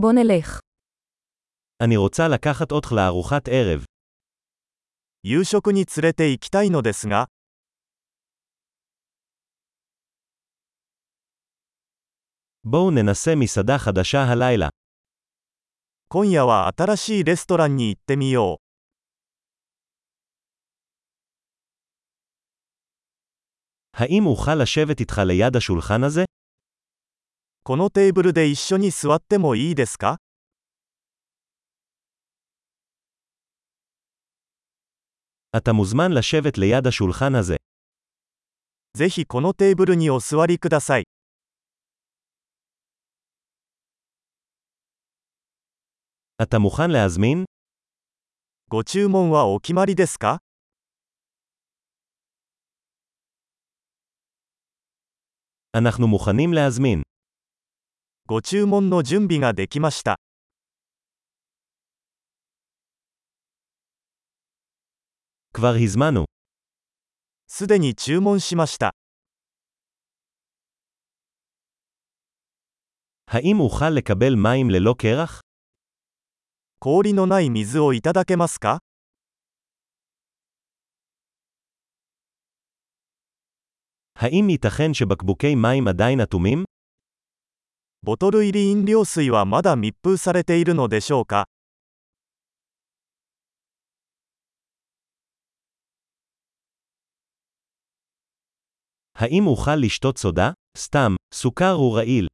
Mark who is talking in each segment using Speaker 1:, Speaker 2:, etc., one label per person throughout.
Speaker 1: בוא נלך.
Speaker 2: אני רוצה לקחת אותך לארוחת ערב.
Speaker 3: 夕食に連れて行きたいのですが、
Speaker 2: בואו ננסה מסעדה חדשה הלילה.
Speaker 3: 今夜は新しいレストランに行ってみよ
Speaker 2: האם אוכל לשבת איתך ליד השולחן הזה?
Speaker 3: う。このテーブルで一緒に座ってもいいですか
Speaker 2: אתה מוזמן לשבת ליד השולחן הזה.
Speaker 3: ぜひこのテーブルにお座りください。
Speaker 2: אתה מוכן להזמין?
Speaker 3: ご注文はお決まりですか
Speaker 2: אנחנו מוכנים להזמין.
Speaker 3: ご注文の準備ができました。
Speaker 2: כבר הזמנו.
Speaker 3: すでに注文しました。
Speaker 2: האם אוכל לקבל מים ללא קרח?
Speaker 3: 氷のない水をいただけますか
Speaker 2: האם ייתכן שבקבוקי מים עדיין אטומים?
Speaker 3: ボトル入り飲料水はまだ密封されているのでしょうか
Speaker 2: האם אוכל לשתות סודה? סתם, סוכר הוא רעיל.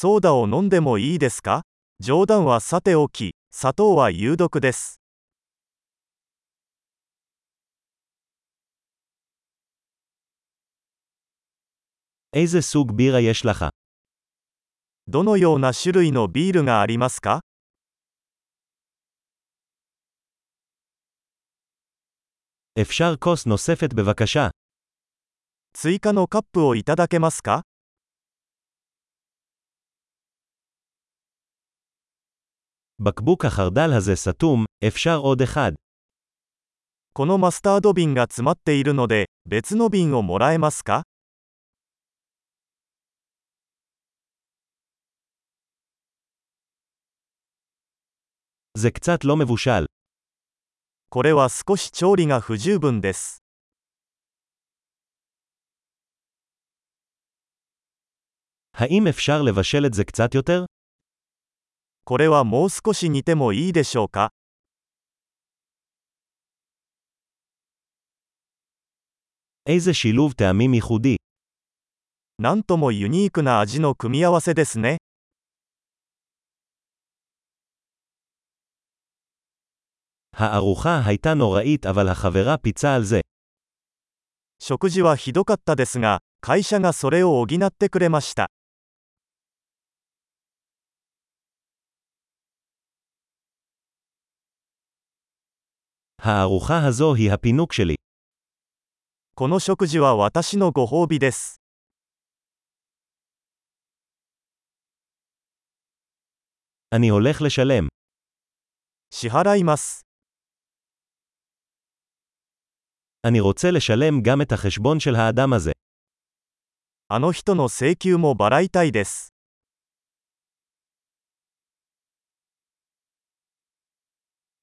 Speaker 3: ソーダを飲んでもいいですか冗談はさておき、砂糖は有毒です。
Speaker 2: איזה סוג בירה יש לך?
Speaker 3: どのような種類のビールがありますか
Speaker 2: אפשר כוס נוספת בבקשה.
Speaker 3: 追加のカップをいただけますか
Speaker 2: בקבוק החרדל הזה סתום, אפשר עוד אחד.
Speaker 3: このマスタード瓶が詰まっているので、別の瓶をもらえますか
Speaker 2: זה קצת לא מבושל.
Speaker 3: これは少し調理が不十分です。
Speaker 2: האם אפשר לבשל את זה קצת יותר?
Speaker 3: これはもう少し煮てもいいでしょうか
Speaker 2: איזה שילוב טעמים ייחודי.
Speaker 3: なんともユニークな味の組み合わせですね。
Speaker 2: הארוחה הייתה נוראית אבל החברה פיצה על זה.
Speaker 3: 食事はひどかったですが、会社がそれを補ってくれました。
Speaker 2: הארוחה הזו היא הפינוק שלי.
Speaker 3: この食事は私のご褒美です。
Speaker 2: אני הולך לשלם.
Speaker 3: 支払います。
Speaker 2: אני רוצה לשלם גם את החשבון של האדם הזה.
Speaker 3: あの人の請求も払いたいです。